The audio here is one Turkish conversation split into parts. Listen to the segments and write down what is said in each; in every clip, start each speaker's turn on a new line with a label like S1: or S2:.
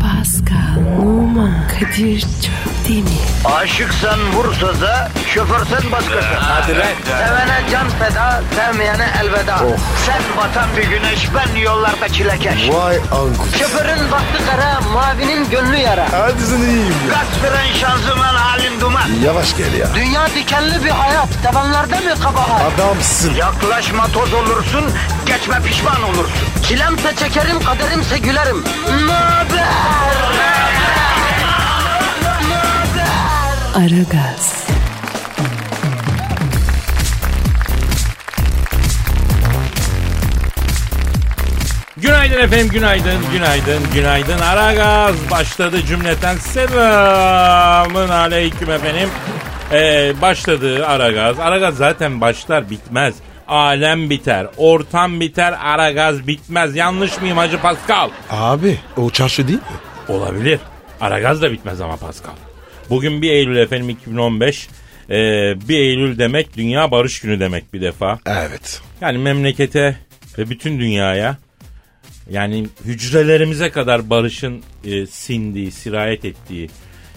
S1: Pascal, Oman, Kadir çok değil mi?
S2: Aşıksan vursa da şoförsen başkasın. Hadi
S3: lan.
S2: Sevene can feda, sevmeyene elveda. Sen batan bir güneş, ben yollarda çilekeş.
S3: Vay anku.
S2: Şoförün baktı kara, mavinin gönlü yara.
S3: Hadi sen iyiyim ya.
S2: Kasperen şanzıman halin duman.
S3: Yavaş gel ya.
S2: Dünya dikenli bir hayat, sevenlerde mi kabahar?
S3: Adamsın.
S2: Yaklaşma toz olursun, geçme pişman olursun. Çilemse çekerim, kaderimse gülerim. Möber!
S1: Aragaz,
S4: Günaydın efendim, günaydın, günaydın, günaydın. Ara gaz başladı cümleten selamın aleyküm efendim. Ee, başladı ara gaz. Ara gaz zaten başlar bitmez. Alem biter, ortam biter, ara gaz bitmez. Yanlış mıyım Hacı Pascal?
S3: Abi o çarşı değil mi?
S4: Olabilir. Aragaz da bitmez ama Pascal. Bugün 1 Eylül efendim 2015. Ee, 1 Eylül demek Dünya Barış Günü demek bir defa.
S3: Evet.
S4: Yani memlekete ve bütün dünyaya yani hücrelerimize kadar barışın e, sindiği, sirayet ettiği,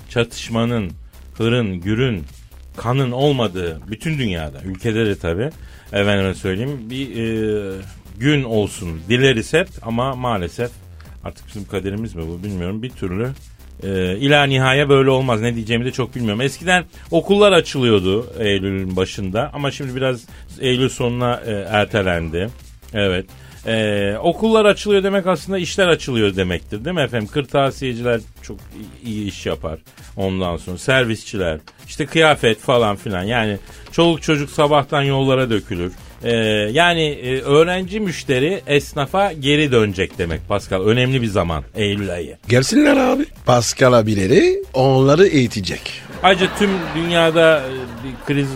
S4: çatışmanın, hırın, gürün, kanın olmadığı bütün dünyada, ülkede de tabii efendime söyleyeyim bir e, gün olsun dileriz hep ama maalesef artık bizim kaderimiz mi bu bilmiyorum bir türlü e, ila nihaya böyle olmaz ne diyeceğimi de çok bilmiyorum. Eskiden okullar açılıyordu Eylül'ün başında ama şimdi biraz Eylül sonuna e, ertelendi. Evet. Ee, okullar açılıyor demek aslında işler açılıyor demektir değil mi efendim? Kırtasiyeciler çok iyi iş yapar ondan sonra. Servisçiler, işte kıyafet falan filan. Yani çoluk çocuk sabahtan yollara dökülür. Ee, yani e, öğrenci müşteri esnafa geri dönecek demek Pascal. Önemli bir zaman Eylül ayı.
S3: Gelsinler abi. Pascal abileri onları eğitecek.
S4: Ayrıca tüm dünyada e, bir kriz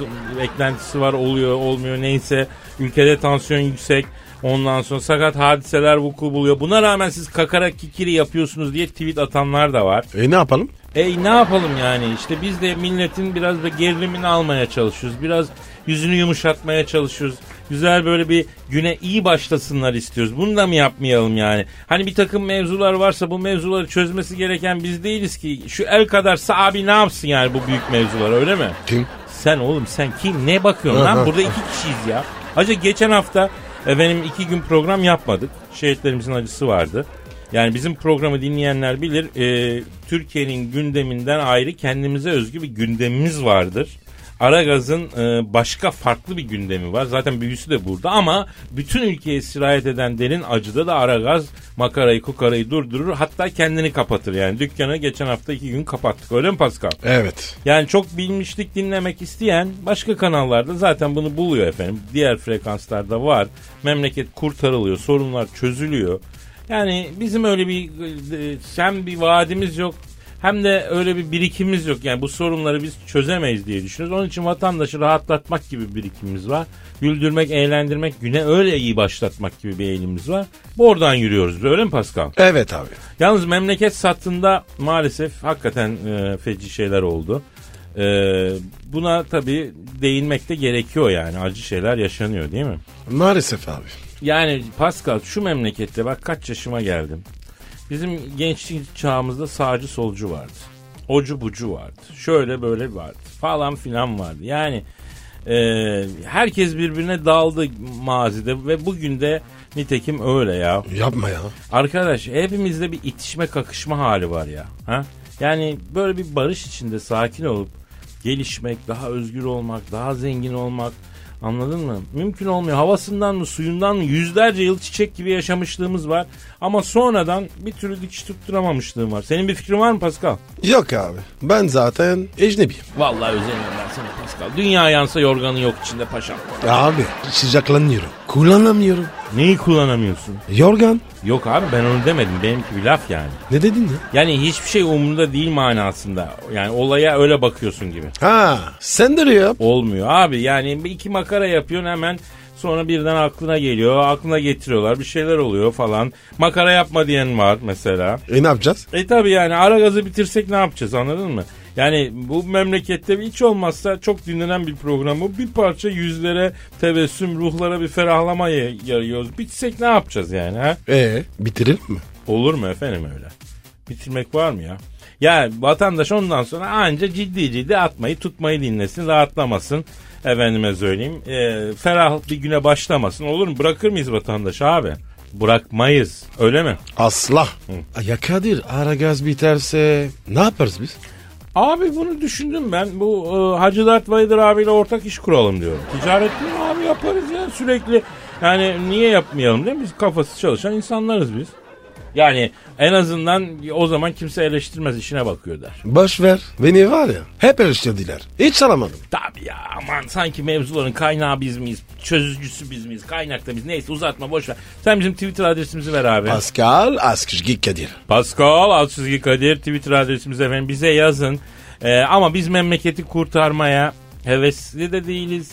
S4: eklentisi var oluyor olmuyor neyse. Ülkede tansiyon yüksek. Ondan sonra sakat hadiseler vuku buluyor. Buna rağmen siz kakara kikiri yapıyorsunuz diye tweet atanlar da var.
S3: E ne yapalım?
S4: E ne yapalım yani işte biz de milletin biraz da gerilimini almaya çalışıyoruz. Biraz yüzünü yumuşatmaya çalışıyoruz. Güzel böyle bir güne iyi başlasınlar istiyoruz. Bunu da mı yapmayalım yani? Hani bir takım mevzular varsa bu mevzuları çözmesi gereken biz değiliz ki. Şu el kadarsa abi ne yapsın yani bu büyük mevzular öyle mi?
S3: Kim?
S4: Sen oğlum sen kim ne bakıyorsun
S3: Aha.
S4: lan? Burada iki kişiyiz ya. Acı geçen hafta efendim iki gün program yapmadık. Şehitlerimizin acısı vardı. Yani bizim programı dinleyenler bilir e, Türkiye'nin gündeminden ayrı kendimize özgü bir gündemimiz vardır. Aragaz'ın e, başka farklı bir gündemi var. Zaten büyüsü de burada ama bütün ülkeye sirayet eden derin acıda da Aragaz makarayı kukarayı durdurur. Hatta kendini kapatır yani. Dükkanı geçen hafta iki gün kapattık öyle mi Pascal?
S3: Evet.
S4: Yani çok bilmişlik dinlemek isteyen başka kanallarda zaten bunu buluyor efendim. Diğer frekanslarda var. Memleket kurtarılıyor, sorunlar çözülüyor. Yani bizim öyle bir e, hem bir vaadimiz yok hem de öyle bir birikimimiz yok. Yani bu sorunları biz çözemeyiz diye düşünüyoruz. Onun için vatandaşı rahatlatmak gibi bir birikimimiz var. Güldürmek, eğlendirmek, güne öyle iyi başlatmak gibi bir eğilimimiz var. Bu oradan yürüyoruz. Öyle mi Pascal?
S3: Evet abi.
S4: Yalnız memleket sattığında maalesef hakikaten e, feci şeyler oldu. E, buna tabii değinmek de gerekiyor yani. Acı şeyler yaşanıyor değil mi?
S3: Maalesef abi.
S4: Yani Pascal şu memlekette bak kaç yaşıma geldim. Bizim gençlik çağımızda sağcı solcu vardı. Ocu bucu vardı. Şöyle böyle vardı. Falan filan vardı. Yani e, herkes birbirine daldı mazide ve bugün de nitekim öyle ya.
S3: Yapma ya.
S4: Arkadaş hepimizde bir itişme kakışma hali var ya. Ha? Yani böyle bir barış içinde sakin olup gelişmek, daha özgür olmak, daha zengin olmak anladın mı? Mümkün olmuyor. Havasından mı suyundan mı yüzlerce yıl çiçek gibi yaşamışlığımız var. Ama sonradan bir türlü dikiş tutturamamışlığım var. Senin bir fikrin var mı Pascal?
S3: Yok abi. Ben zaten ecnebiyim.
S4: Vallahi özeniyorum ben sana Pascal. Dünya yansa yorganı yok içinde paşam.
S3: Abi sıcaklanıyorum. Kullanamıyorum.
S4: Neyi kullanamıyorsun?
S3: Yorgan.
S4: Yok abi ben onu demedim. Benimki bir laf yani.
S3: Ne dedin ya?
S4: Yani hiçbir şey umurunda değil manasında. Yani olaya öyle bakıyorsun gibi.
S3: Ha sen de yap.
S4: Olmuyor abi yani bir iki makara yapıyorsun hemen sonra birden aklına geliyor. Aklına getiriyorlar bir şeyler oluyor falan. Makara yapma diyen var mesela.
S3: E ne yapacağız?
S4: E tabi yani ara gazı bitirsek ne yapacağız anladın mı? Yani bu memlekette hiç olmazsa çok dinlenen bir programı bir parça yüzlere tebessüm, ruhlara bir ferahlama y- yarıyoruz. Bitsek ne yapacağız yani ha?
S3: E bitirir mi?
S4: Olur mu efendim öyle? Bitirmek var mı ya? Ya vatandaş ondan sonra anca ciddi ciddi atmayı tutmayı dinlesin rahatlamasın. Efendime söyleyeyim e, ferah bir güne başlamasın olur mu? Bırakır mıyız vatandaşı abi? Bırakmayız öyle mi?
S3: Asla. Ya Kadir ara gaz biterse ne yaparız biz?
S4: Abi bunu düşündüm ben. Bu e, Hacı Dert Bayıdır abiyle ortak iş kuralım diyorum. Ticaret değil mi abi yaparız ya sürekli. Yani niye yapmayalım değil mi? Biz kafası çalışan insanlarız biz. Yani en azından o zaman kimse eleştirmez işine bakıyor der.
S3: Boş ver. Beni var ya hep eleştirdiler. Hiç alamadım.
S4: Tabii ya aman sanki mevzuların kaynağı biz miyiz? Çözücüsü biz miyiz? Kaynakta biz neyse uzatma boş ver. Sen bizim Twitter adresimizi ver abi.
S3: Pascal Askışgi Kadir.
S4: Pascal Alçızgi Kadir Twitter adresimiz efendim bize yazın. Ee, ama biz memleketi kurtarmaya hevesli de değiliz.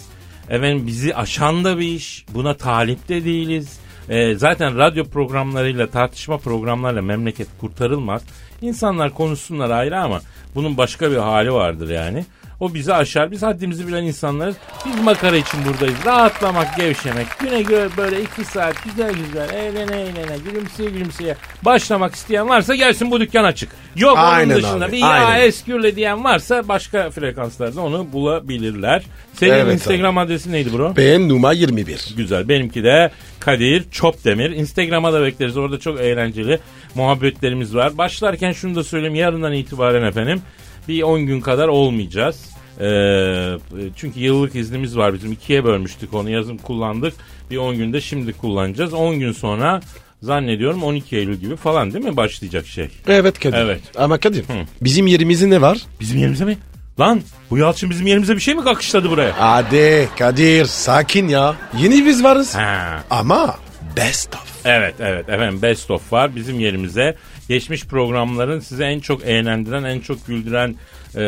S4: Efendim bizi aşan da bir iş. Buna talip de değiliz. Ee, zaten radyo programlarıyla tartışma programlarıyla memleket kurtarılmaz. İnsanlar konuşsunlar ayrı ama bunun başka bir hali vardır yani. O bizi aşar. Biz haddimizi bilen insanlarız. Biz makara için buradayız. Rahatlamak, gevşemek. Güne göre böyle iki saat güzel güzel eğlene eğlene gülümseye gülümseye başlamak isteyen varsa gelsin bu dükkan açık. Yok
S3: Aynen
S4: onun dışında
S3: abi,
S4: bir ya
S3: aynen.
S4: eskürle diyen varsa başka frekanslarda onu bulabilirler. Senin
S3: Evet abi.
S4: Instagram adresi neydi bro?
S3: Benim numara 21.
S4: Güzel. Benimki de Kadir Çopdemir. Instagram'a da bekleriz. Orada çok eğlenceli muhabbetlerimiz var. Başlarken şunu da söyleyeyim. Yarından itibaren efendim bir 10 gün kadar olmayacağız. Ee, çünkü yıllık iznimiz var bizim. ikiye bölmüştük onu. Yazın kullandık. Bir 10 günde şimdi kullanacağız. 10 gün sonra zannediyorum 12 Eylül gibi falan değil mi başlayacak şey?
S3: Evet Kadir.
S4: Evet.
S3: Ama Kadir bizim yerimizin ne var?
S4: Bizim yerimize mi? Lan bu Yalçın bizim yerimize bir şey mi kakışladı buraya?
S3: Hadi Kadir sakin ya. Yeni biz varız.
S4: Ha.
S3: Ama best of.
S4: Evet evet efendim best of var bizim yerimize. Geçmiş programların size en çok eğlendiren, en çok güldüren e,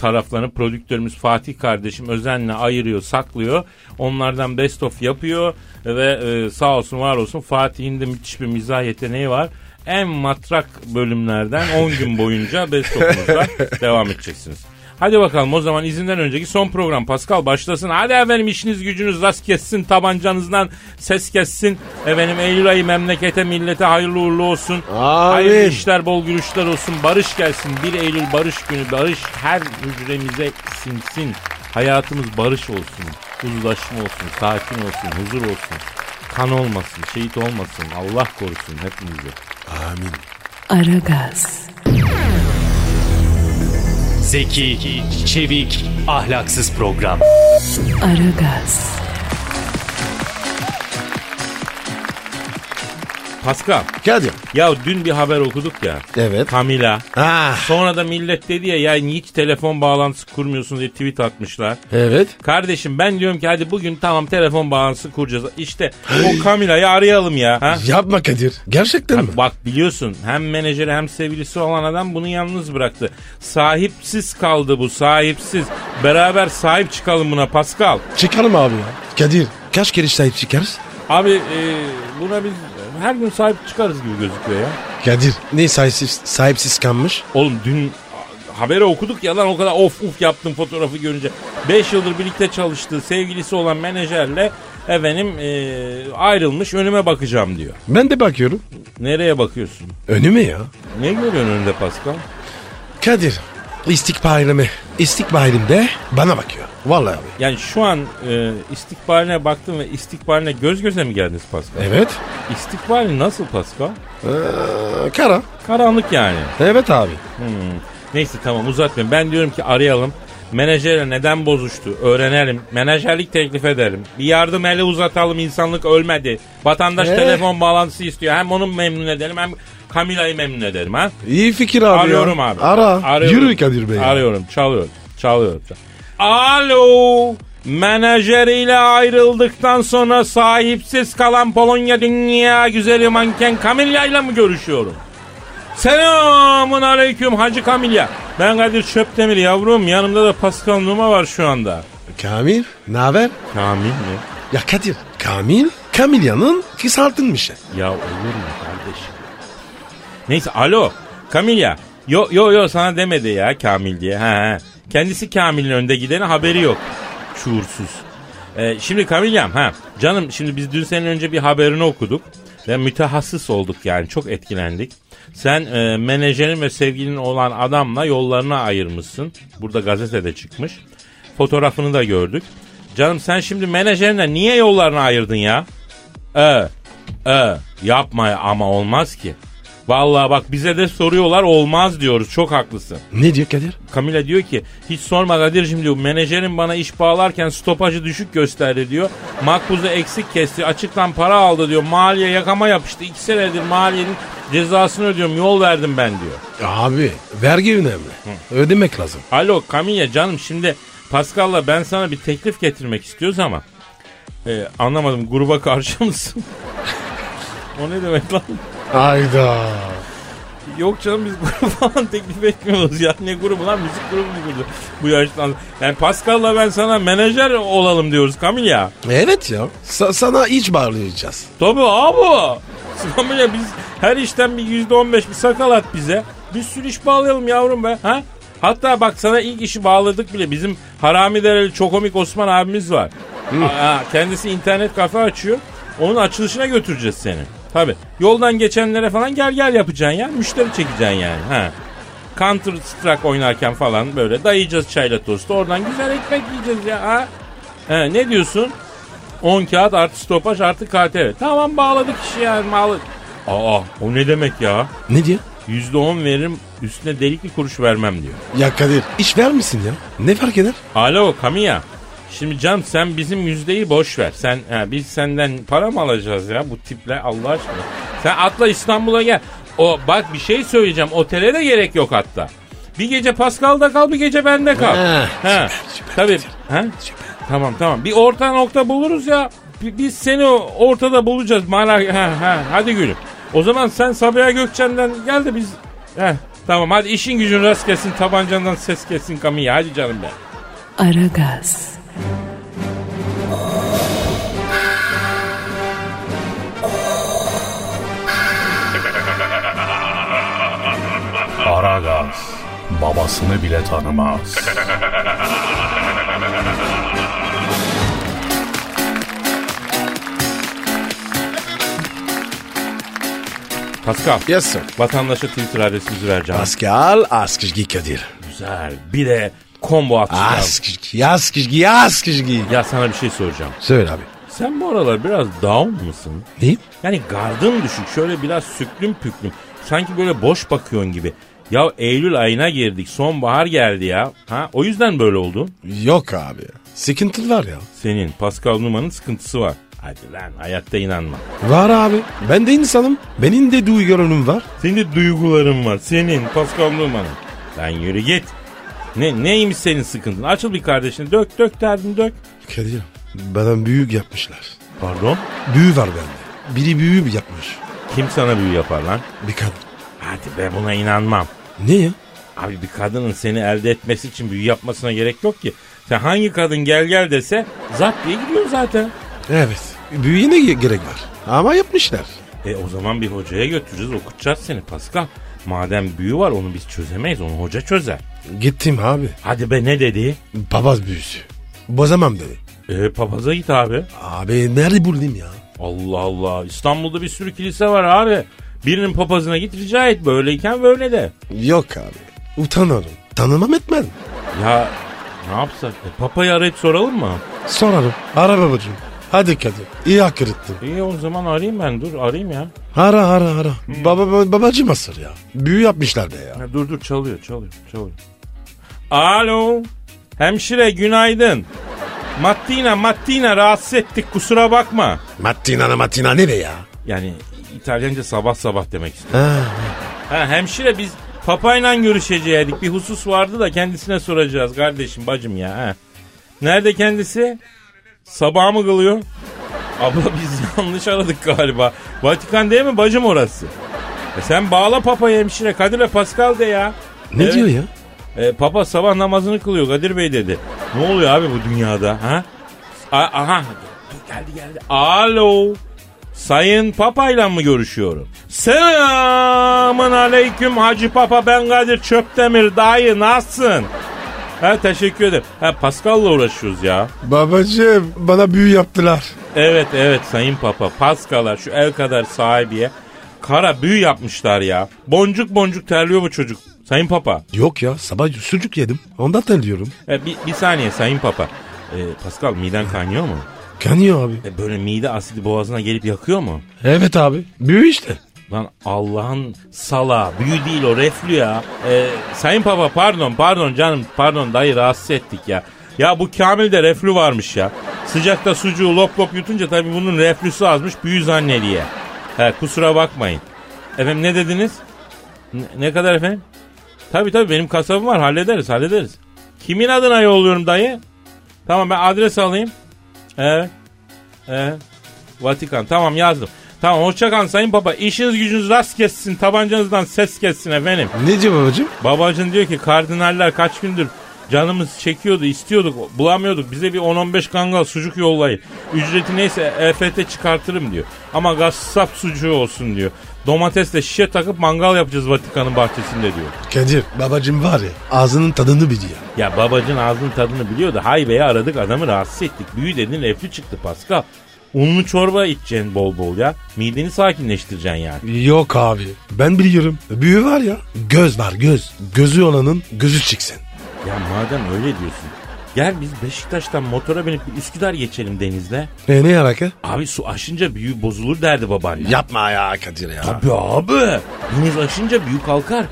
S4: taraflarını prodüktörümüz Fatih kardeşim özenle ayırıyor, saklıyor. Onlardan best of yapıyor ve e, sağ olsun var olsun Fatih'in de müthiş bir mizah yeteneği var. En matrak bölümlerden 10 gün boyunca best of'umuza devam edeceksiniz. Hadi bakalım o zaman izinden önceki son program Pascal başlasın. Hadi efendim işiniz gücünüz rast kessin tabancanızdan ses kessin. Efendim Eylül ayı memlekete millete hayırlı uğurlu olsun.
S3: Amin.
S4: Hayırlı işler bol gülüşler olsun. Barış gelsin 1 Eylül barış günü barış her hücremize sinsin. Hayatımız barış olsun. Uzlaşma olsun, sakin olsun, huzur olsun. Kan olmasın, şehit olmasın. Allah korusun hepimizi.
S3: Amin.
S1: Aragaz,
S5: Zeki, çevik, ahlaksız program.
S1: Aragaz,
S4: Pascal,
S3: Kadir.
S4: ya dün bir haber okuduk ya.
S3: Evet.
S4: Kamila.
S3: Ah.
S4: Sonra da millet dedi ya ya hiç telefon bağlantısı kurmuyorsunuz diye tweet atmışlar.
S3: Evet.
S4: Kardeşim ben diyorum ki hadi bugün tamam telefon bağlantısı kuracağız. İşte o Kamila'yı arayalım ya. Ha?
S3: Yapma Kadir. Gerçekten mi?
S4: Bak biliyorsun hem menajeri hem sevgilisi olan adam bunu yalnız bıraktı. Sahipsiz kaldı bu sahipsiz. Beraber sahip çıkalım buna Pascal.
S3: Çıkalım abi ya. Kadir kaç kere sahip çıkarız?
S4: Abi e, buna biz her gün sahip çıkarız gibi gözüküyor ya.
S3: Kadir ne sahipsiz, sahipsiz kalmış?
S4: Oğlum dün haberi okuduk ya lan o kadar of uf yaptım fotoğrafı görünce. 5 yıldır birlikte çalıştığı sevgilisi olan menajerle efendim e, ayrılmış önüme bakacağım diyor.
S3: Ben de bakıyorum.
S4: Nereye bakıyorsun?
S3: Önüme ya.
S4: Ne görüyorsun önünde Pascal?
S3: Kadir istikbalime. İstikbalimde bana bakıyor. Vallahi abi.
S4: Yani şu an e, istikbaline baktım ve istikbaline göz göze mi geldiniz Pascal?
S3: Evet.
S4: İstikbali nasıl Pascal?
S3: Ee, Kara.
S4: Karanlık yani.
S3: Evet abi.
S4: Neyse tamam uzatmayın. Ben diyorum ki arayalım. Menajere neden bozuştu öğrenelim. Menajerlik teklif edelim. Bir yardım eli uzatalım insanlık ölmedi. Vatandaş
S3: Ee?
S4: telefon bağlantısı istiyor. Hem onu memnun edelim hem Kamila'yı memnun edelim ha.
S3: İyi fikir abi.
S4: Arıyorum
S3: ya.
S4: abi.
S3: Ara.
S4: Arıyorum.
S3: Yürü Kadir Bey.
S4: Arıyorum çalıyorum çalıyorum. Alo. Menajeriyle ayrıldıktan sonra sahipsiz kalan Polonya dünya güzeli manken Kamilya ile mi görüşüyorum? Selamun aleyküm Hacı Kamilya. Ben Kadir Çöptemir yavrum. Yanımda da Pascal Numa var şu anda.
S3: Kamil. Ne haber?
S4: Kamil mi?
S3: Ya Kadir. Kamil. Kamilya'nın kısaltılmışı.
S4: Ya olur mu kardeşim? Neyse alo Kamilya. Yo yo yo sana demedi ya Kamil diye. Ha, ha. Kendisi Kamil'in önde gideni haberi yok. Şuursuz. Ee, şimdi Kamilyam ha canım şimdi biz dün senin önce bir haberini okuduk ve mütehassıs olduk yani çok etkilendik. Sen e, menajerin ve sevgilin olan adamla yollarına ayırmışsın. Burada gazetede çıkmış. Fotoğrafını da gördük. Canım sen şimdi menajerinle niye yollarına ayırdın ya? E, e, yapma ya. ama olmaz ki. Vallahi bak bize de soruyorlar olmaz diyoruz çok haklısın.
S3: Ne diyor Kadir?
S4: Camila diyor ki hiç sorma Kadir'cim diyor menajerim bana iş bağlarken stopajı düşük gösterdi diyor. Makbuzu eksik kesti açıktan para aldı diyor. Maliye yakama yapıştı. iki senedir maliyenin cezasını ödüyorum yol verdim ben diyor.
S3: Abi vergi önemli. Ödemek lazım.
S4: Alo Camila canım şimdi Pascal'la ben sana bir teklif getirmek istiyoruz ama e, anlamadım gruba karşı mısın? o ne demek lan?
S3: Ayda.
S4: Yok canım biz grup falan teklif etmiyoruz ya. Ne grubu lan müzik grubu mu kurdu bu yaştan? Yani Pascal'la ben sana menajer olalım diyoruz Kamil ya.
S3: Evet ya. Sa- sana iç bağlayacağız.
S4: Tabii abi. Kamil ya biz her işten bir yüzde on beş bir sakal at bize. Bir sürü iş bağlayalım yavrum be. Ha? Hatta bak sana ilk işi bağladık bile. Bizim harami dereli çokomik Osman abimiz var. Aa, kendisi internet kafe açıyor. Onun açılışına götüreceğiz seni. Tabii. Yoldan geçenlere falan gel gel yapacaksın ya. Müşteri çekeceksin yani. Ha. Counter Strike oynarken falan böyle dayayacağız çayla tostu. Oradan güzel ekmek yiyeceğiz ya. Ha? He, ne diyorsun? 10 kağıt artı stopaj artı KTV. Tamam bağladık işi yani bağladık. Aa o ne demek ya?
S3: Ne diyor?
S4: %10 veririm üstüne delik bir kuruş vermem diyor.
S3: Ya Kadir iş vermişsin ya. Ne fark eder?
S4: Alo Kamiya. Şimdi canım sen bizim yüzdeyi boş ver. Sen ha, biz senden para mı alacağız ya bu tiple Allah aşkına? Sen atla İstanbul'a gel. O bak bir şey söyleyeceğim. Otele de gerek yok hatta. Bir gece Pascal'da kal, bir gece bende kal.
S3: Ha,
S4: ha.
S3: süper,
S4: Tabii. Ha? Tamam tamam. Bir orta nokta buluruz ya. Bi- Biz seni o- ortada bulacağız. Mara ha, ha. Hadi gülüm. O zaman sen Sabiha Gökçen'den gel de biz... Heh, tamam hadi işin gücün rast gelsin. Tabancandan ses gelsin Kamiya. Hadi canım be.
S1: Aragaz,
S6: Aragaz babasını bile tanımaz.
S4: Pascal.
S3: Yes sir.
S4: Vatandaşa Twitter adresimizi vereceğim.
S3: Pascal Askışgi Kadir.
S4: Güzel. Bir de combo atacağım.
S3: Askışgi, Askışgi, Askışgi.
S4: Ya sana bir şey soracağım.
S3: Söyle abi.
S4: Sen bu aralar biraz down mısın?
S3: Neyim?
S4: Yani gardın düşük. Şöyle biraz süklüm püklüm. Sanki böyle boş bakıyorsun gibi. Ya Eylül ayına girdik. Sonbahar geldi ya. Ha? O yüzden böyle oldun.
S3: Yok abi. Sıkıntı var ya.
S4: Senin Pascal Numa'nın sıkıntısı var. Hadi lan hayatta inanma.
S3: Var abi. Ben de insanım. Benim de duygularım var.
S4: Senin de duyguların var. Senin Pascal Numa'nın. Lan yürü git. Ne, neymiş senin sıkıntın? Açıl bir kardeşine. Dök dök derdini dök.
S3: Kadir bana büyük yapmışlar.
S4: Pardon?
S3: Büyü var bende. Biri büyü yapmış.
S4: Kim sana büyü yapar lan?
S3: Bir kadın.
S4: Hadi be buna inanmam.
S3: Ne ya?
S4: Abi bir kadının seni elde etmesi için büyü yapmasına gerek yok ki. Sen hangi kadın gel gel dese zat diye gidiyor zaten.
S3: Evet. Büyüye ne ge- gerek var? Ama yapmışlar.
S4: E o zaman bir hocaya götüreceğiz okutacağız seni Pascal. Madem büyü var onu biz çözemeyiz onu hoca çözer.
S3: Gittim abi.
S4: Hadi be ne dedi?
S3: Papaz büyüsü. Bozamam dedi.
S4: E papaza git abi.
S3: Abi nerede buldum ya?
S4: Allah Allah İstanbul'da bir sürü kilise var abi. Birinin papazına git rica et böyleyken böyle de.
S3: Yok abi. Utanırım. Tanımam etmem.
S4: Ya ne yapsak? E, papayı arayıp soralım mı?
S3: Sorarım. Ara babacığım. Hadi Kadir. İyi hak ettin.
S4: İyi o zaman arayayım ben dur arayayım ya.
S3: Ara ara ara. Baba, baba, babacım asır ya. Büyü yapmışlar be ya.
S4: Ha, dur dur çalıyor çalıyor çalıyor. Alo. Hemşire günaydın. Mattina Mattina rahatsız ettik kusura bakma.
S3: Mattina mattina ne be ya?
S4: Yani İtalyanca sabah sabah demek istedim.
S3: Ha,
S4: Ha, hemşire biz papayla görüşeceydik. Bir husus vardı da kendisine soracağız kardeşim bacım ya. Ha. Nerede kendisi? Sabah mı kılıyor? Abla biz yanlış aradık galiba. Vatikan değil mi bacım orası? E sen bağla papayı hemşire. Kadir ve Pascal de ya.
S3: ne
S4: Evet.
S3: diyor ya?
S4: E, papa sabah namazını kılıyor Kadir Bey dedi. Ne oluyor abi bu dünyada ha? A- aha dur, geldi geldi. Alo. Sayın Papa'yla mı görüşüyorum? Selamın aleyküm Hacı Papa ben Kadir Çöptemir dayı nasılsın? Ha teşekkür ederim. Ha Pascal'la uğraşıyoruz ya.
S3: Babacım bana büyü yaptılar.
S4: Evet evet Sayın Papa Pascal'a şu el kadar sahibiye kara büyü yapmışlar ya. Boncuk boncuk terliyor bu çocuk. Sayın Papa.
S3: Yok ya sabah sucuk yedim. Ondan terliyorum.
S4: E, bir, bir saniye Sayın Papa. E, Pascal miden kaynıyor mu?
S3: Kanıyor abi.
S4: E, böyle mide asidi boğazına gelip yakıyor mu?
S3: Evet abi. Büyü işte.
S4: Lan Allah'ın sala büyü değil o reflü ya. E, sayın Papa pardon pardon canım pardon dayı rahatsız ettik ya. Ya bu Kamil'de reflü varmış ya. Sıcakta sucuğu lop lop yutunca tabii bunun reflüsü azmış büyü zannediye. He, kusura bakmayın. Efendim ne dediniz? N- ne kadar efendim? Tabii tabii benim kasabım var hallederiz hallederiz. Kimin adına yolluyorum dayı? Tamam ben adres alayım. Evet. Evet. Vatikan tamam yazdım. Tamam hoşça kalın sayın baba. İşiniz gücünüz rast kessin. Tabancanızdan ses kessin efendim.
S3: Ne diyor babacığım?
S4: Babacın diyor ki kardinaller kaç gündür canımız çekiyordu istiyorduk bulamıyorduk. Bize bir 10-15 kangal sucuk yollayın. Ücreti neyse EFT çıkartırım diyor. Ama gassap sucuğu olsun diyor. Domatesle şişe takıp mangal yapacağız Vatikan'ın bahçesinde diyor.
S3: Kadir babacığım var ya ağzının tadını biliyor.
S4: Ya babacın ağzının tadını biliyordu. Haybe'yi aradık adamı rahatsız ettik. Büyü dedin reflü çıktı Pascal. Unlu çorba içeceksin bol bol ya. Mideni sakinleştireceksin yani.
S3: Yok abi. Ben biliyorum. Büyü var ya. Göz var göz. Gözü olanın gözü çıksın.
S4: Ya madem öyle diyorsun. Gel biz Beşiktaş'tan motora binip bir Üsküdar geçelim denizde.
S3: E ne alaka?
S4: Abi su aşınca büyü bozulur derdi babaanne.
S3: Yapma ya Kadir ya.
S4: Abi abi. Deniz aşınca büyü kalkar.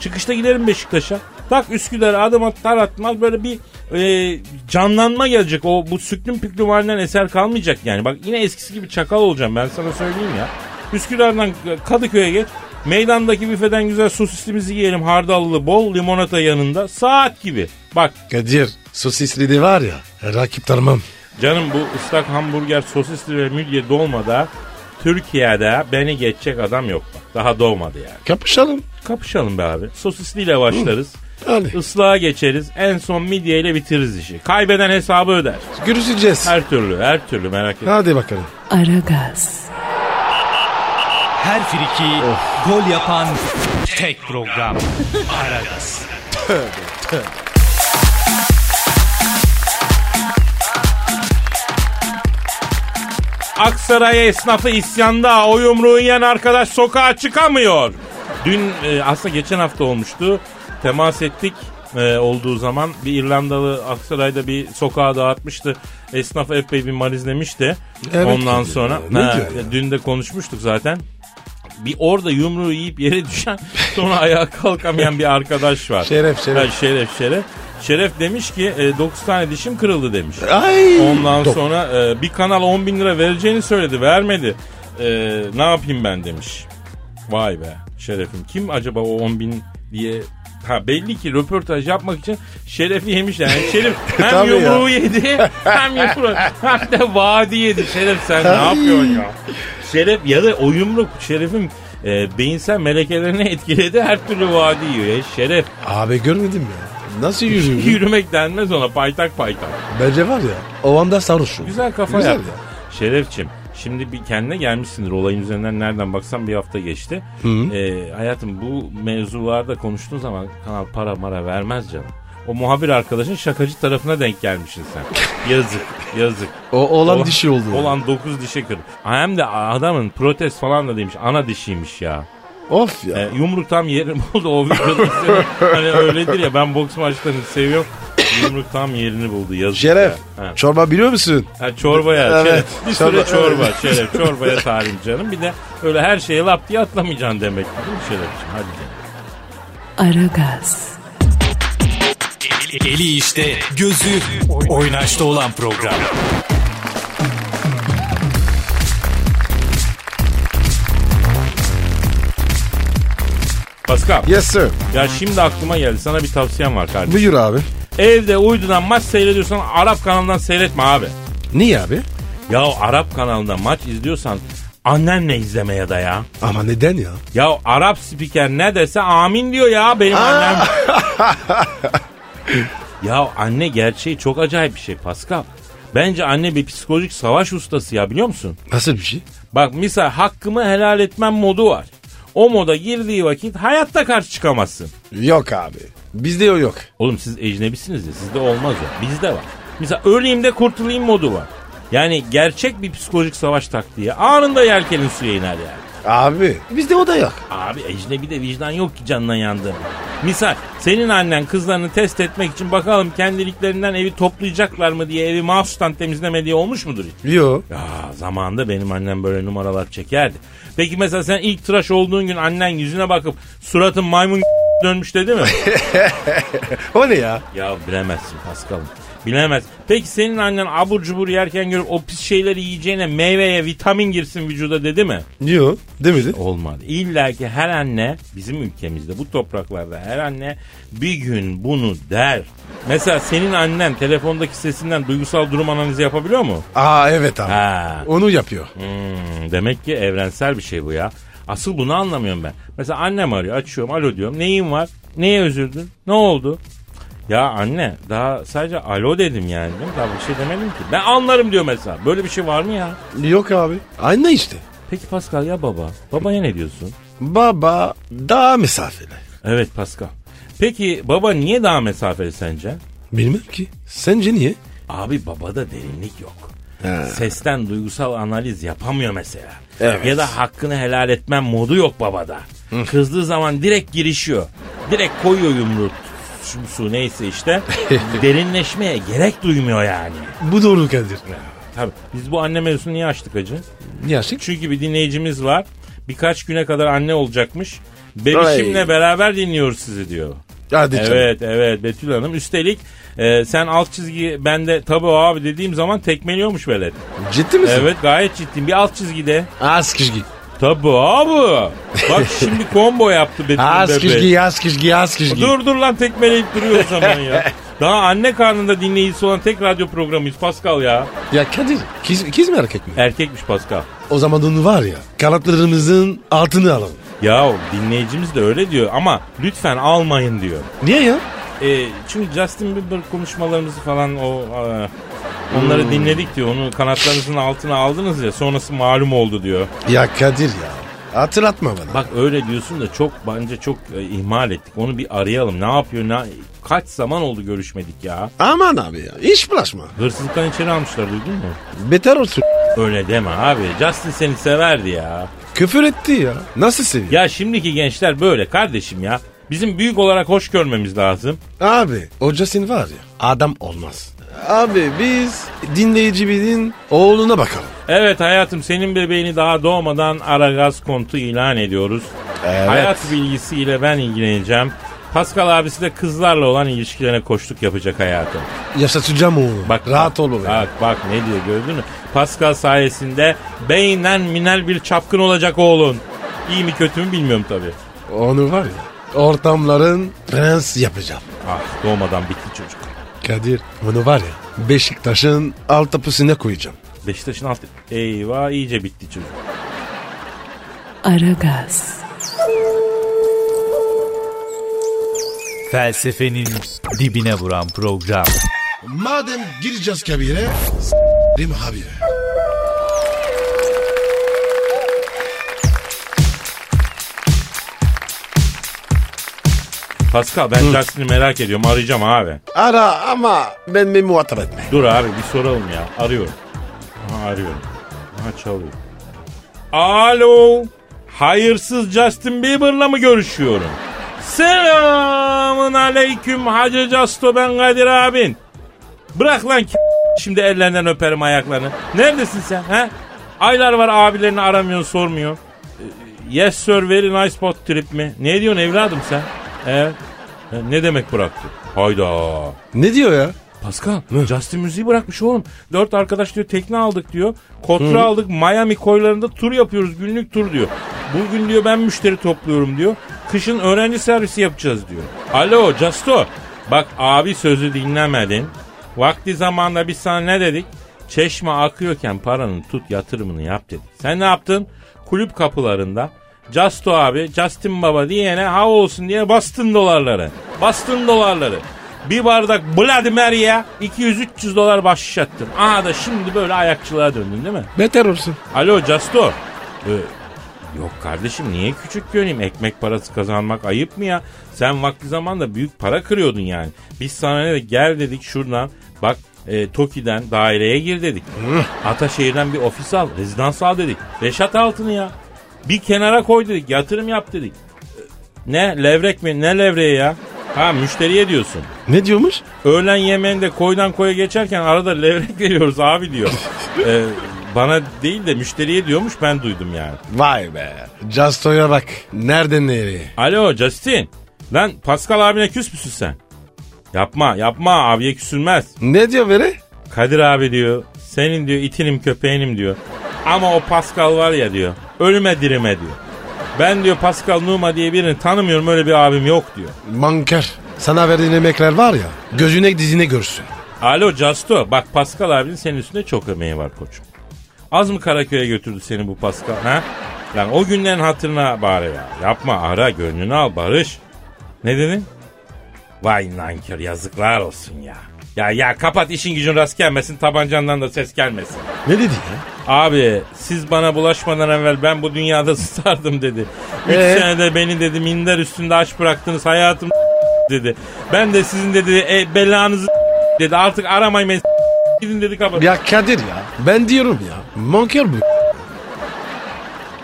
S4: Çıkışta gidelim Beşiktaş'a. Tak Üsküdar'a adım atar atmaz böyle bir e, canlanma gelecek. O bu süklüm püklüm halinden eser kalmayacak yani. Bak yine eskisi gibi çakal olacağım ben sana söyleyeyim ya. Üsküdar'dan Kadıköy'e geç. Meydandaki büfeden güzel sosisimizi yiyelim. Hardallı bol limonata yanında. Saat gibi. Bak
S3: Kadir sosisli de var ya. Rakip tanımam.
S4: Canım bu ıslak hamburger sosisli ve mülye dolmada Türkiye'de beni geçecek adam yok bak. Daha doğmadı yani.
S3: Kapışalım.
S4: Kapışalım be abi. Sosisliyle başlarız.
S3: Hadi.
S4: Islığa geçeriz. En son midyeyle bitiririz işi. Kaybeden hesabı öder.
S3: Görüşeceğiz.
S4: Her türlü her türlü merak etme.
S3: Hadi bakalım.
S1: Aragaz,
S5: Her friki gol yapan tek program. Aragaz.
S4: Aksaray esnafı isyanda o yumruğu yiyen arkadaş sokağa çıkamıyor. Dün e, aslında geçen hafta olmuştu. Temas ettik e, olduğu zaman bir İrlandalı Aksaray'da bir sokağa dağıtmıştı. Esnaf epey bir marizlemişti.
S3: Evet,
S4: Ondan
S3: tabii.
S4: sonra
S3: Ne
S4: Ha,
S3: diyor ya?
S4: dün de konuşmuştuk zaten. Bir orada yumruğu yiyip yere düşen sonra ayağa kalkamayan bir arkadaş var.
S3: Şeref, şeref.
S4: Ha, şeref şeref. Şeref demiş ki 9 tane dişim kırıldı demiş.
S3: Ay.
S4: Ondan
S3: Dok-
S4: sonra e, bir kanal 10 bin lira vereceğini söyledi vermedi. E, ne yapayım ben demiş. Vay be şerefim kim acaba o 10 bin diye Ha belli ki röportaj yapmak için şerefi yemiş yani. Şerif hem
S3: Tabii ya.
S4: yumruğu yedi hem yumruğu hem de vaadi yedi. Şeref sen ne yapıyorsun ya? Şeref ya da o yumruk şerefim e, beyinsel melekelerini etkiledi her türlü vaadi yiyor. ya. Şeref
S3: Abi görmedim ya. Nasıl yürüyor?
S4: yürümek denmez ona paytak paytak.
S3: Bence var ya. O anda sarhoşum.
S4: Güzel kafa
S3: Güzel
S4: yaptı. Şerefçim şimdi bir kendine gelmişsindir. Olayın üzerinden nereden baksan bir hafta geçti. Ee, hayatım bu mevzularda konuştuğun zaman kanal para mara vermez canım. O muhabir arkadaşın şakacı tarafına denk gelmişsin sen. yazık, yazık.
S3: O olan dişi oldu.
S4: Olan 9 dişe kır. Hem de adamın protest falan da değilmiş. Ana dişiymiş ya.
S3: Of ya.
S4: Ee, yumruk tam yerim buldu. O videoda izledim. hani öyledir ya ben boks maçlarını seviyorum. Yumruk tam yerini buldu. Yazık
S3: Şeref.
S4: ya. Ha.
S3: Çorba biliyor musun?
S4: Ha, çorbaya.
S3: Evet.
S4: Şeref. Bir süre
S3: Çorba-
S4: çorba. Şeref. Çorbaya talim canım. Bir de öyle her şeye lap diye atlamayacaksın demek. Değil mi Şerefciğim? Hadi canım.
S1: Aragaz,
S5: Eli- Eli işte, gözü oynaşta olan program.
S4: Pascal.
S3: Yes sir.
S4: Ya şimdi aklıma geldi. Sana bir tavsiyem var kardeşim.
S3: Buyur abi.
S4: Evde uydudan maç seyrediyorsan Arap kanalından seyretme abi.
S3: Niye abi?
S4: Ya Arap kanalında maç izliyorsan annenle izlemeye da ya.
S3: Ama neden ya?
S4: Ya Arap spiker ne dese amin diyor ya benim annem. ya anne gerçeği çok acayip bir şey Pascal. Bence anne bir psikolojik savaş ustası ya biliyor musun?
S3: Nasıl bir şey?
S4: Bak misal hakkımı helal etmem modu var. O moda girdiği vakit hayatta karşı çıkamazsın.
S3: Yok abi. Bizde o yok.
S4: Oğlum siz ecnebisiniz ya sizde olmaz o. Bizde var. Mesela öleyim de kurtulayım modu var. Yani gerçek bir psikolojik savaş taktiği. Anında yelkenin suya iner yani.
S3: Abi bizde o da yok.
S4: Abi ecnebi de vicdan yok ki canına yandı. Misal senin annen kızlarını test etmek için bakalım kendiliklerinden evi toplayacaklar mı diye evi mahsustan temizleme diye olmuş mudur hiç?
S3: Yok.
S4: Ya zamanında benim annem böyle numaralar çekerdi. Peki mesela sen ilk tıraş olduğun gün annen yüzüne bakıp suratın maymun dönmüş dedi mi?
S3: O ne ya?
S4: ya bilemezsin Paskal'ım. Bilemez. Peki senin annen abur cubur yerken görüp o pis şeyleri yiyeceğine meyveye vitamin girsin vücuda dedi mi?
S3: Yok demedi.
S4: Olmadı. İlla ki her anne bizim ülkemizde bu topraklarda her anne bir gün bunu der. Mesela senin annen telefondaki sesinden duygusal durum analizi yapabiliyor mu?
S3: Aa evet abi.
S4: Ha.
S3: Onu yapıyor.
S4: Hmm, demek ki evrensel bir şey bu ya. Asıl bunu anlamıyorum ben. Mesela annem arıyor açıyorum alo diyorum. Neyin var? Neye üzüldün? Ne oldu? Ya anne daha sadece alo dedim yani değil mi? Daha bir şey demedim ki. Ben anlarım diyor mesela. Böyle bir şey var mı ya?
S3: Yok abi. Anne işte.
S4: Peki Pascal ya baba? Babaya ne diyorsun?
S3: Baba daha mesafeli.
S4: Evet Pascal. Peki baba niye daha mesafeli sence?
S3: Bilmem ki. Sence niye?
S4: Abi babada derinlik yok. Sesten duygusal analiz yapamıyor mesela.
S3: Evet.
S4: Ya da hakkını helal etmem modu yok babada. Kızdığı zaman direkt girişiyor. Direkt koyuyor yumruğu su- su neyse işte. Derinleşmeye gerek duymuyor yani.
S3: Bu doğru Kadir.
S4: Tabii biz bu anne mevzusunu niye açtık acı?
S3: Yaşık.
S4: Çünkü bir dinleyicimiz var. Birkaç güne kadar anne olacakmış. Bebişimle beraber dinliyoruz sizi diyor.
S3: Hadi canım.
S4: Evet evet Betül Hanım. Üstelik e, sen alt çizgi ben de tabi abi dediğim zaman tekmeliyormuş velet.
S3: Ciddi misin?
S4: Evet gayet ciddiyim. Bir alt çizgide.
S3: Az kişgi.
S4: Tabi abi. Bak şimdi combo yaptı Betül
S3: Az
S4: bebeği.
S3: kişgi, az kişgi, az kişgi.
S4: Dur dur lan tekmeleyip duruyor o zaman ya. Daha anne karnında dinleyicisi olan tek radyo programıyız Pascal ya.
S3: Ya Kadir, kız, kız mı erkek mi?
S4: Erkekmiş Pascal.
S3: O zaman onu var ya, kanatlarımızın altını alalım.
S4: Ya dinleyicimiz de öyle diyor ama lütfen almayın diyor.
S3: Niye ya?
S4: E, çünkü Justin Bieber konuşmalarımızı falan o e, onları dinledik diyor. Onu kanatlarınızın altına aldınız ya sonrası malum oldu diyor.
S3: Ya Kadir ya, hatırlatma bana.
S4: Bak öyle diyorsun da çok bence çok e, ihmal ettik. Onu bir arayalım. Ne yapıyor? Ne, kaç zaman oldu görüşmedik ya?
S3: Aman abi ya, iş bulaşma.
S4: Hırsızlıktan içeri almışlar duydun mu?
S3: Beter olsun.
S4: Öyle deme abi. Justin seni severdi ya.
S3: Küfür etti ya. Nasıl seviyor?
S4: Ya şimdiki gençler böyle kardeşim ya. Bizim büyük olarak hoş görmemiz lazım.
S3: Abi, o Justin var ya, adam olmaz. Abi biz dinleyicimizin oğluna bakalım.
S4: Evet hayatım senin bebeğini daha doğmadan Aragaz kontu ilan ediyoruz.
S3: Evet.
S4: Hayat bilgisiyle ben ilgileneceğim. Pascal abisi de kızlarla olan ilişkilerine koştuk yapacak hayatım.
S3: Yaşatacağım oğlunu. Bak, Rahat ol baba.
S4: Bak bak ne diyor gördün mü? Pascal sayesinde beynen minel bir çapkın olacak oğlun. İyi mi kötü mü bilmiyorum tabii.
S3: Onu var ya, ortamların prens yapacağım.
S4: Ah doğmadan bitti çocuk.
S3: Kadir bunu var ya Beşiktaş'ın alt tapusuna koyacağım.
S4: Beşiktaş'ın altı... Eyvah iyice bitti çocuk.
S1: Aragaz,
S5: Felsefenin dibine vuran program.
S3: Madem gireceğiz kabire s**rim abi.
S4: Pascal ben Justin'i merak ediyorum arayacağım abi.
S3: Ara ama ben bir muhatap etme.
S4: Dur abi bir soralım ya. Arıyorum. Aha arıyorum. Aha çalıyor. Alo. Hayırsız Justin Bieber'la mı görüşüyorum? Selamın aleyküm Hacı Casto ben Kadir abin. Bırak lan ki- şimdi ellerinden öperim ayaklarını. Neredesin sen he? Aylar var abilerini aramıyor sormuyor. Ee, Yes sir very nice pot trip mi? Ne diyorsun evladım sen? Ee, ne demek bıraktı? Hayda.
S3: Ne diyor ya?
S4: Pascal Justin müziği bırakmış oğlum. Dört arkadaş diyor tekne aldık diyor. Kotra aldık Miami koylarında tur yapıyoruz günlük tur diyor. Bugün diyor ben müşteri topluyorum diyor. Kışın öğrenci servisi yapacağız diyor. Alo Justo bak abi sözü dinlemedin. Vakti zamanında biz sana ne dedik? Çeşme akıyorken paranı tut yatırımını yap dedik. Sen ne yaptın? Kulüp kapılarında Justo abi Justin baba diyene hava olsun diye bastın dolarları. Bastın dolarları. Bir bardak Bloody Mary'e 200-300 dolar bahşiş attın. Aha da şimdi böyle ayakçılığa döndün değil mi?
S3: Beter olsun.
S4: Alo Justo. Ee, yok kardeşim niye küçük göreyim? Ekmek parası kazanmak ayıp mı ya? Sen vakti zamanda büyük para kırıyordun yani. Biz sana ne dedik? Gel dedik şuradan bak e, Toki'den daireye gir dedik. Ataşehir'den bir ofis al, rezidans al dedik. Reşat altını ya. Bir kenara koy dedik yatırım yap dedik. Ee, Ne levrek mi ne levreği ya? Ha müşteriye diyorsun.
S3: Ne diyormuş?
S4: Öğlen yemeğinde koydan koya geçerken arada levrek veriyoruz abi diyor. Ee, bana değil de müşteriye diyormuş ben duydum yani.
S3: Vay be. Justo'ya bak. Nereden nereye?
S4: Alo Justin. Lan Pascal abine küs müsün sen? Yapma yapma abiye küsülmez.
S3: Ne diyor böyle?
S4: Kadir abi diyor senin diyor itinim köpeğinim diyor. Ama o Pascal var ya diyor ölüme dirime diyor. Ben diyor Pascal Numa diye birini tanımıyorum öyle bir abim yok diyor.
S3: Banker. Sana verdiğin emekler var ya. Gözüne dizine görsün.
S4: Alo Casto bak Pascal abinin senin üstünde çok emeği var koçum. Az mı Karaköy'e götürdü seni bu Pascal ha? Lan o günlerin hatırına bari ya. Yapma ara gönlünü al barış. Ne dedin? Vay nankör yazıklar olsun ya. Ya ya kapat işin gücün rast gelmesin tabancandan da ses gelmesin.
S3: Ne dedi ya?
S4: Abi siz bana bulaşmadan evvel ben bu dünyada stardım dedi. Üç
S3: Ee?
S4: senede beni dedi minder üstünde aç bıraktınız hayatım dedi. Ben de sizin dedi e, belanızı dedi artık aramayın beni gidin dedi kapat.
S3: Ya Kadir ya. Ben diyorum ya. Banker bu.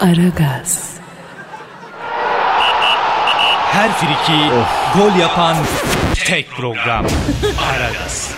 S1: Aragaz,
S5: Her friki gol yapan tek program. Aragaz.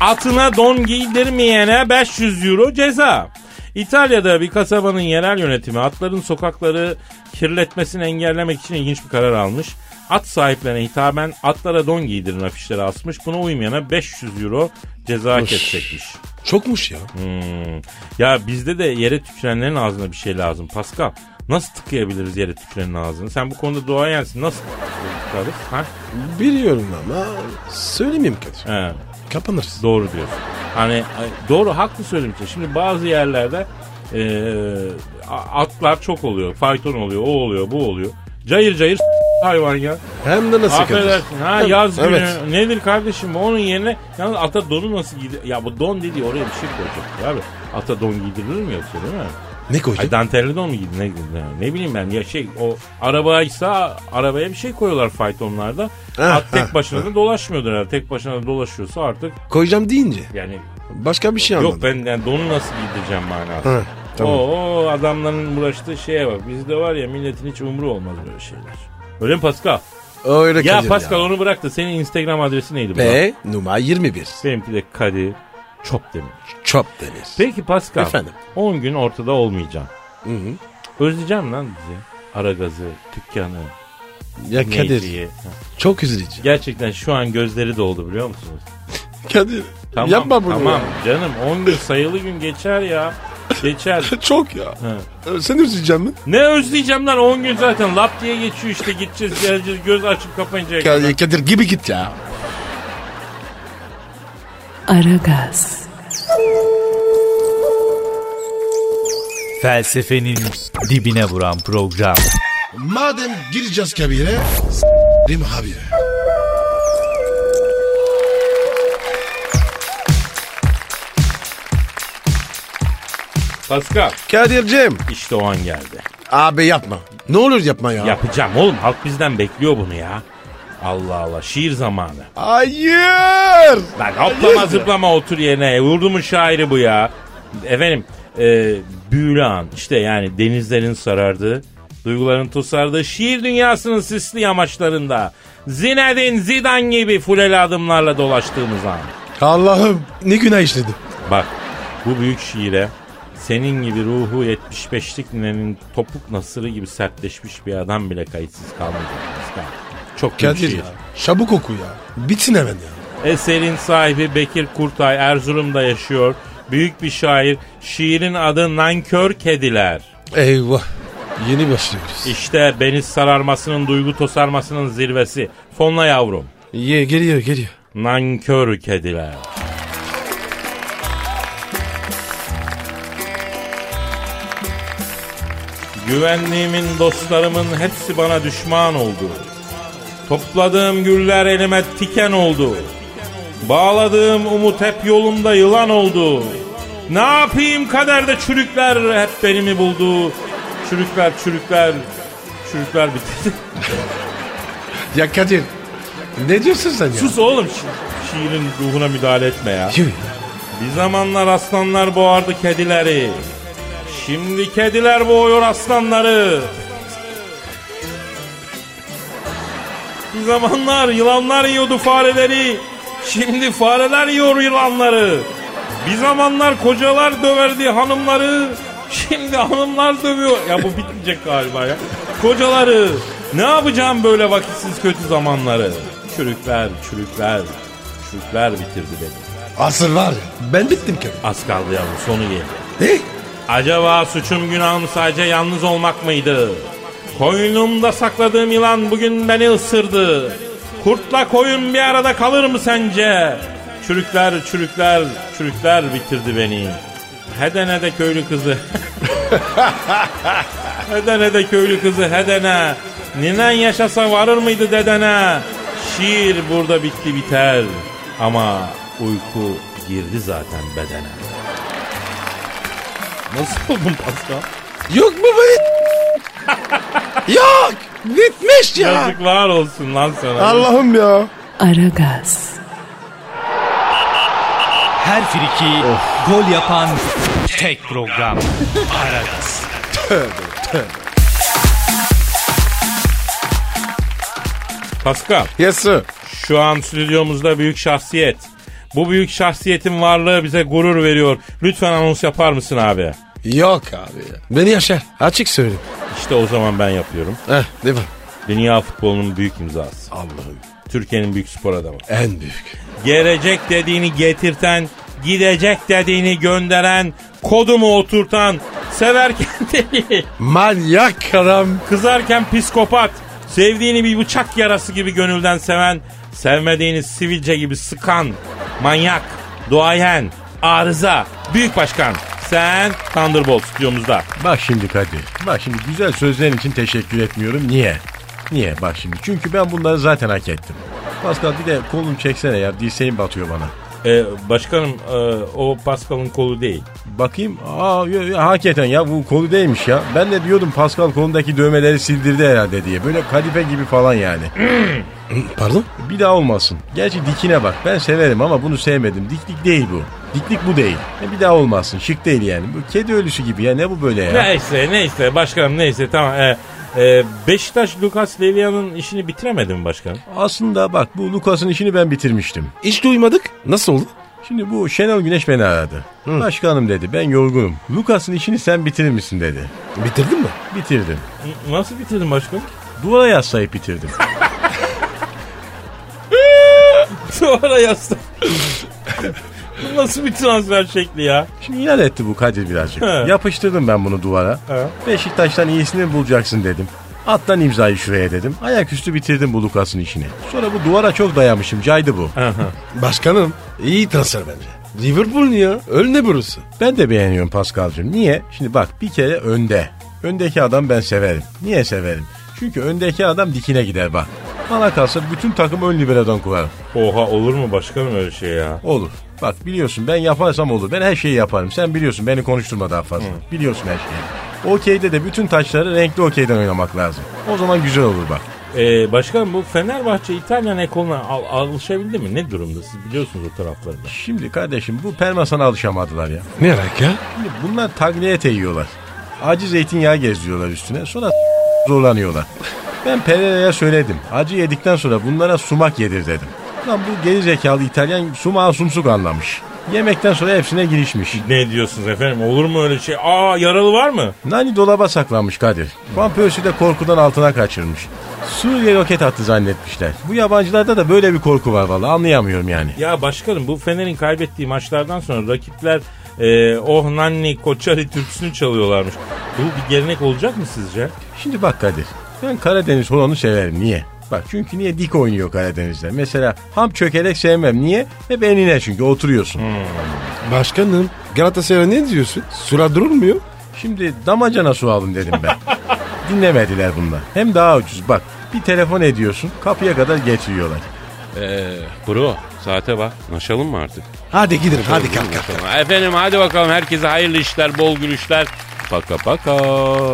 S4: Atına don giydirmeyene 500 euro ceza. İtalya'da bir kasabanın yerel yönetimi atların sokakları kirletmesini engellemek için ilginç bir karar almış. At sahiplerine hitaben atlara don giydirin afişleri asmış. Buna uymayana 500 euro ceza kesecekmiş.
S3: Çokmuş ya.
S4: Hmm. Ya bizde de yere tükürenlerin ağzına bir şey lazım Pascal. Nasıl tıkayabiliriz yere tükürenin ağzını? Sen bu konuda duayensin. Nasıl tıkayabiliriz? Ha?
S3: Biliyorum ama söylemeyeyim Kadir.
S4: He,
S3: Kapanırız.
S4: doğru diyorsun. Hani e, doğru haklı söylüyorsun. Şimdi bazı yerlerde e, a- atlar çok oluyor. Fayton oluyor, o oluyor, bu oluyor. Cayır cayır s- hayvan ya.
S3: Hem de nasıl Kadir?
S4: Affedersin ha yaz günü
S3: Evet.
S4: nedir kardeşim onun yerine yalnız ata donu nasıl giydir ya bu don dediği oraya bir şey koyacak abi ata don giydirilir mi yoksa değil mi?
S3: Ne koydun?
S4: Ay dantelli don mu giydi ne, ne- ne bileyim ben ya şey o arabaysa arabaya bir şey koyuyorlar faytonlarda.
S3: Ha,
S4: At tek başına da dolaşmıyordur herhalde. Tek başına da dolaşıyorsa artık
S3: Koyacağım deyince.
S4: yani
S3: Başka bir şey anladım.
S4: yok ben yani donu nasıl giydireceğim manası.
S3: Ha, tamam.
S4: Oo adamların uğraştığı şeye bak. Bizde var ya milletin hiç umru olmaz böyle şeyler. Öyle mi Pascal?
S3: Öyle
S4: Ya
S3: Kadir
S4: Pascal onu bırak da senin Instagram adresi neydi? bu?
S3: Ve numara 21.
S4: Benimki de Kadir Çopdemir.
S3: Çöp demir.
S4: Peki Pascal.
S3: Efendim?
S4: 10 gün ortada olmayacağım.
S3: Hı hı.
S4: Özleyeceğim lan bizi. Aragazı, dükkanı,
S3: Ya E, Kadir
S4: Kadir.
S3: çok üzücü.
S4: Gerçekten şu an gözleri doldu biliyor musunuz?
S3: Kadir yapma bunu.
S4: Tamam
S3: ya.
S4: canım 10 gün sayılı gün geçer ya. Geçer.
S3: Çok ya.
S4: Ha.
S3: Ee, Sen üzüleceksin mi?
S4: ne özleyeceğim lan 10 gün zaten lap diye geçiyor işte gideceğiz geleceğiz göz açıp kapayıncaya kadar.
S3: Kadir, Kadir gibi git ya.
S1: Aragaz,
S5: Felsefenin dibine vuran program.
S3: Madem gireceğiz kabire s**rim abi.
S4: Pascal
S3: Kadir'cim.
S4: işte o an geldi.
S3: Abi yapma. Ne olur yapma ya.
S4: Yapacağım oğlum halk bizden bekliyor bunu ya. Allah Allah şiir zamanı.
S3: Hayır.
S4: Lan hoplama zıplama otur yerine. Vurdumun şairi bu ya. Efendim e, büyülü an işte yani denizlerin sarardığı, duyguların tosardığı şiir dünyasının sisli yamaçlarında Zinedine Zidane gibi fuleli adımlarla dolaştığımız an.
S3: Allah'ım ne günah işledim.
S4: Bak bu büyük şiire senin gibi ruhu 75'lik ninenin topuk nasırı gibi sertleşmiş bir adam bile kayıtsız kalmayacak. Pascal. Çok büyük
S3: Kadir
S4: şiir.
S3: ya. Çabuk oku ya. Bitsin hemen ya.
S4: Eserin sahibi Bekir Kurtay Erzurum'da yaşıyor. Büyük bir şair. Şiirin adı Nankör Kediler.
S3: Eyvah. Yeni başlıyoruz.
S4: İşte beni sararmasının, duygu tosarmasının zirvesi. Fonla yavrum.
S3: Ye, geliyor geliyor.
S4: Nankör Kediler. Güvenliğimin, dostlarımın hepsi bana düşman oldu. Topladığım güller elime tiken oldu. Bağladığım umut hep yolumda yılan oldu. Ne yapayım kaderde çürükler hep beni mi buldu? Çürükler, çürükler, çürükler bitti.
S3: Ya Kadir. Ne diyorsun sen ya?
S4: Sus oğlum. şi- şiirin ruhuna müdahale etme ya.
S3: Yuh.
S4: Bir zamanlar aslanlar boğardı kedileri. Şimdi kediler boğuyor aslanları. Bir zamanlar yılanlar yiyordu fareleri. Şimdi fareler yiyor yılanları. Bir zamanlar kocalar döverdi hanımları. Şimdi hanımlar dövüyor. Ya bu bitmeyecek galiba ya. Kocaları. Ne yapacağım böyle vakitsiz kötü zamanları? Çürükler, çürükler, çürükler bitirdi beni.
S3: Asıl var ya. Ben bittim ki.
S4: Az kaldı yavrum sonu geldi.
S3: Ne?
S4: Acaba suçum günahım sadece yalnız olmak mıydı? Koynumda sakladığım yılan bugün beni ısırdı. Kurtla koyun bir arada kalır mı sence? Çürükler, çürükler, çürükler bitirdi beni. Hedene de köylü kızı. hedene de köylü kızı hedene. Ninen yaşasa varır mıydı dedene? Şiir burada bitti biter. Ama uyku girdi zaten bedene. Nasıl oldun Pascal?
S3: Yok mu bit? Yok. Bitmiş ya.
S4: Yazıklar olsun lan sana.
S3: Allah'ım ya.
S1: Aragaz.
S5: Her friki gol yapan tek program. Aragaz.
S4: Pascal
S3: Yes sir.
S4: şu an stüdyomuzda büyük şahsiyet. Bu büyük şahsiyetin varlığı bize gurur veriyor. Lütfen anons yapar mısın abi?
S3: Yok abi ya. Beni yaşar. Açık söyle.
S4: İşte o zaman ben yapıyorum.
S3: Heh değil mi?
S4: Dünya futbolunun büyük imzası.
S3: Allah'ım.
S4: Türkiye'nin büyük spor adamı.
S3: En büyük.
S4: Gelecek dediğini getirten, gidecek dediğini gönderen, kodumu oturtan, severken deli,
S3: Manyak adam.
S4: Kızarken psikopat, sevdiğini bir bıçak yarası gibi gönülden seven, sevmediğini sivilce gibi sıkan, manyak, duayen, arıza, büyük başkan. Sen Thunderbolt stüdyomuzda.
S6: Bak şimdi Kadir. Bak şimdi güzel sözlerin için teşekkür etmiyorum. Niye? Niye? Bak şimdi. Çünkü ben bunları zaten hak ettim. Pascal bir de kolum çeksene ya. Dirseğim batıyor bana.
S4: Ee, başkanım e, o Pascal'ın kolu değil.
S6: Bakayım. Aa yo- yo, hakikaten ya bu kolu değilmiş ya. Ben de diyordum Pascal kolundaki dövmeleri sildirdi herhalde diye. Böyle kadife gibi falan yani.
S3: Pardon?
S6: Bir daha olmasın. Gerçi dikine bak. Ben severim ama bunu sevmedim. Diklik değil bu. Diklik bu değil. E, Bir daha olmasın. Şık değil yani. Bu kedi ölüsü gibi ya. Ne bu böyle ya?
S4: Neyse neyse başkanım neyse tamam. E, e, Beşiktaş Lucas Levia'nın işini bitiremedi mi başkanım?
S6: Aslında bak bu Lucas'ın işini ben bitirmiştim.
S3: Hiç duymadık. Nasıl oldu?
S6: Şimdi bu Şenol Güneş beni aradı. Başkanım dedi ben yorgunum. Lucas'ın işini sen bitirir misin dedi.
S3: Bitirdin mi?
S6: Bitirdim.
S4: N- Nasıl bitirdin başkanım?
S6: Duvara yaslayıp bitirdim.
S4: Sonra yazdım. Bu Nasıl bir transfer şekli ya?
S6: Şimdi inat etti bu Kadir birazcık.
S4: He.
S6: Yapıştırdım ben bunu duvara.
S4: He.
S6: Beşiktaş'tan iyisini bulacaksın dedim. Attan imzayı şuraya dedim. Ayaküstü bitirdim bu Lucas'ın işini. Sonra bu duvara çok dayamışım. Caydı bu.
S3: Başkanım iyi transfer bence. Liverpool ya? Öl ne burası?
S6: Ben de beğeniyorum Pascal'cığım. Niye? Şimdi bak bir kere önde. Öndeki adam ben severim. Niye severim? Çünkü öndeki adam dikine gider bak. Bana kalsa bütün takım ön liberodan kurarım.
S4: Oha olur mu başkanım öyle şey ya?
S6: Olur. Bak biliyorsun ben yaparsam olur. Ben her şeyi yaparım. Sen biliyorsun beni konuşturma daha fazla. Biliyorsun her şeyi. Okeyde de bütün taşları renkli okeyden oynamak lazım. O zaman güzel olur bak.
S4: Ee, başkanım bu Fenerbahçe İtalyan ekoluna al- alışabildi mi? Ne durumda? Siz biliyorsunuz o tarafları da.
S6: Şimdi kardeşim bu permasana alışamadılar ya.
S3: Ne alaka? ya?
S6: Şimdi bunlar tagliate yiyorlar. Acı zeytinyağı gezdiriyorlar üstüne. Sonra zorlanıyorlar. Ben Pereira'ya söyledim. Acı yedikten sonra bunlara sumak yedir dedim. Lan bu geri zekalı İtalyan sumağı sumsuk anlamış. Yemekten sonra hepsine girişmiş.
S4: Ne diyorsunuz efendim? Olur mu öyle şey? Aa yaralı var mı?
S6: Nani dolaba saklanmış Kadir. Van Persie'yi de korkudan altına kaçırmış. Suriye roket attı zannetmişler. Bu yabancılarda da böyle bir korku var vallahi anlayamıyorum yani.
S4: Ya başkanım bu Fener'in kaybettiği maçlardan sonra rakipler e, oh nanni koçari türküsünü çalıyorlarmış. Bu bir gelenek olacak mı sizce?
S6: Şimdi bak Kadir. Ben Karadeniz Holan'ı severim. Niye? Bak çünkü niye dik oynuyor Karadeniz'de. Mesela ham çökerek sevmem. Niye? Hep enine çünkü oturuyorsun.
S3: Başkanım Galatasaray'a ne diyorsun? Sura durulmuyor.
S6: Şimdi damacana su alın dedim ben. Dinlemediler bunlar. Hem daha ucuz bak. Bir telefon ediyorsun kapıya kadar getiriyorlar.
S7: Bro saate bak naşalım mı artık?
S3: Hadi gidelim hadi kalk kalk.
S7: Tamam. Efendim hadi bakalım herkese hayırlı işler bol gülüşler. Paka paka.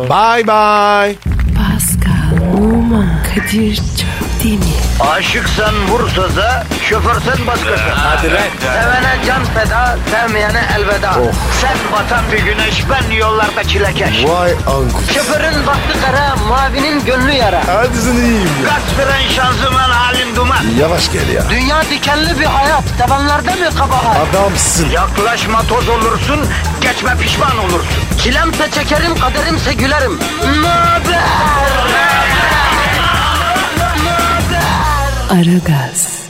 S3: Bye bye.
S1: Pascal, Numa Kadir çok değil mi?
S2: Aşıksan vursa da şoförsen başkasın. Hadi Sevene can feda, sevmeyene elveda.
S3: Oh.
S2: Sen batan bir güneş, ben yollarda çilekeş.
S3: Vay anku.
S2: Şoförün baktı kara, mavinin gönlü yara.
S3: Hadi sen iyiyim ya.
S2: Kasperen şanzıman halin duman.
S3: Yavaş gel ya.
S2: Dünya dikenli bir hayat, sevenlerde mi kabahar?
S3: Adamsın.
S2: Yaklaşma toz olursun, geçme pişman olursun. Çilemse çekerim, kaderimse gülerim. Möber!
S1: Aragaz.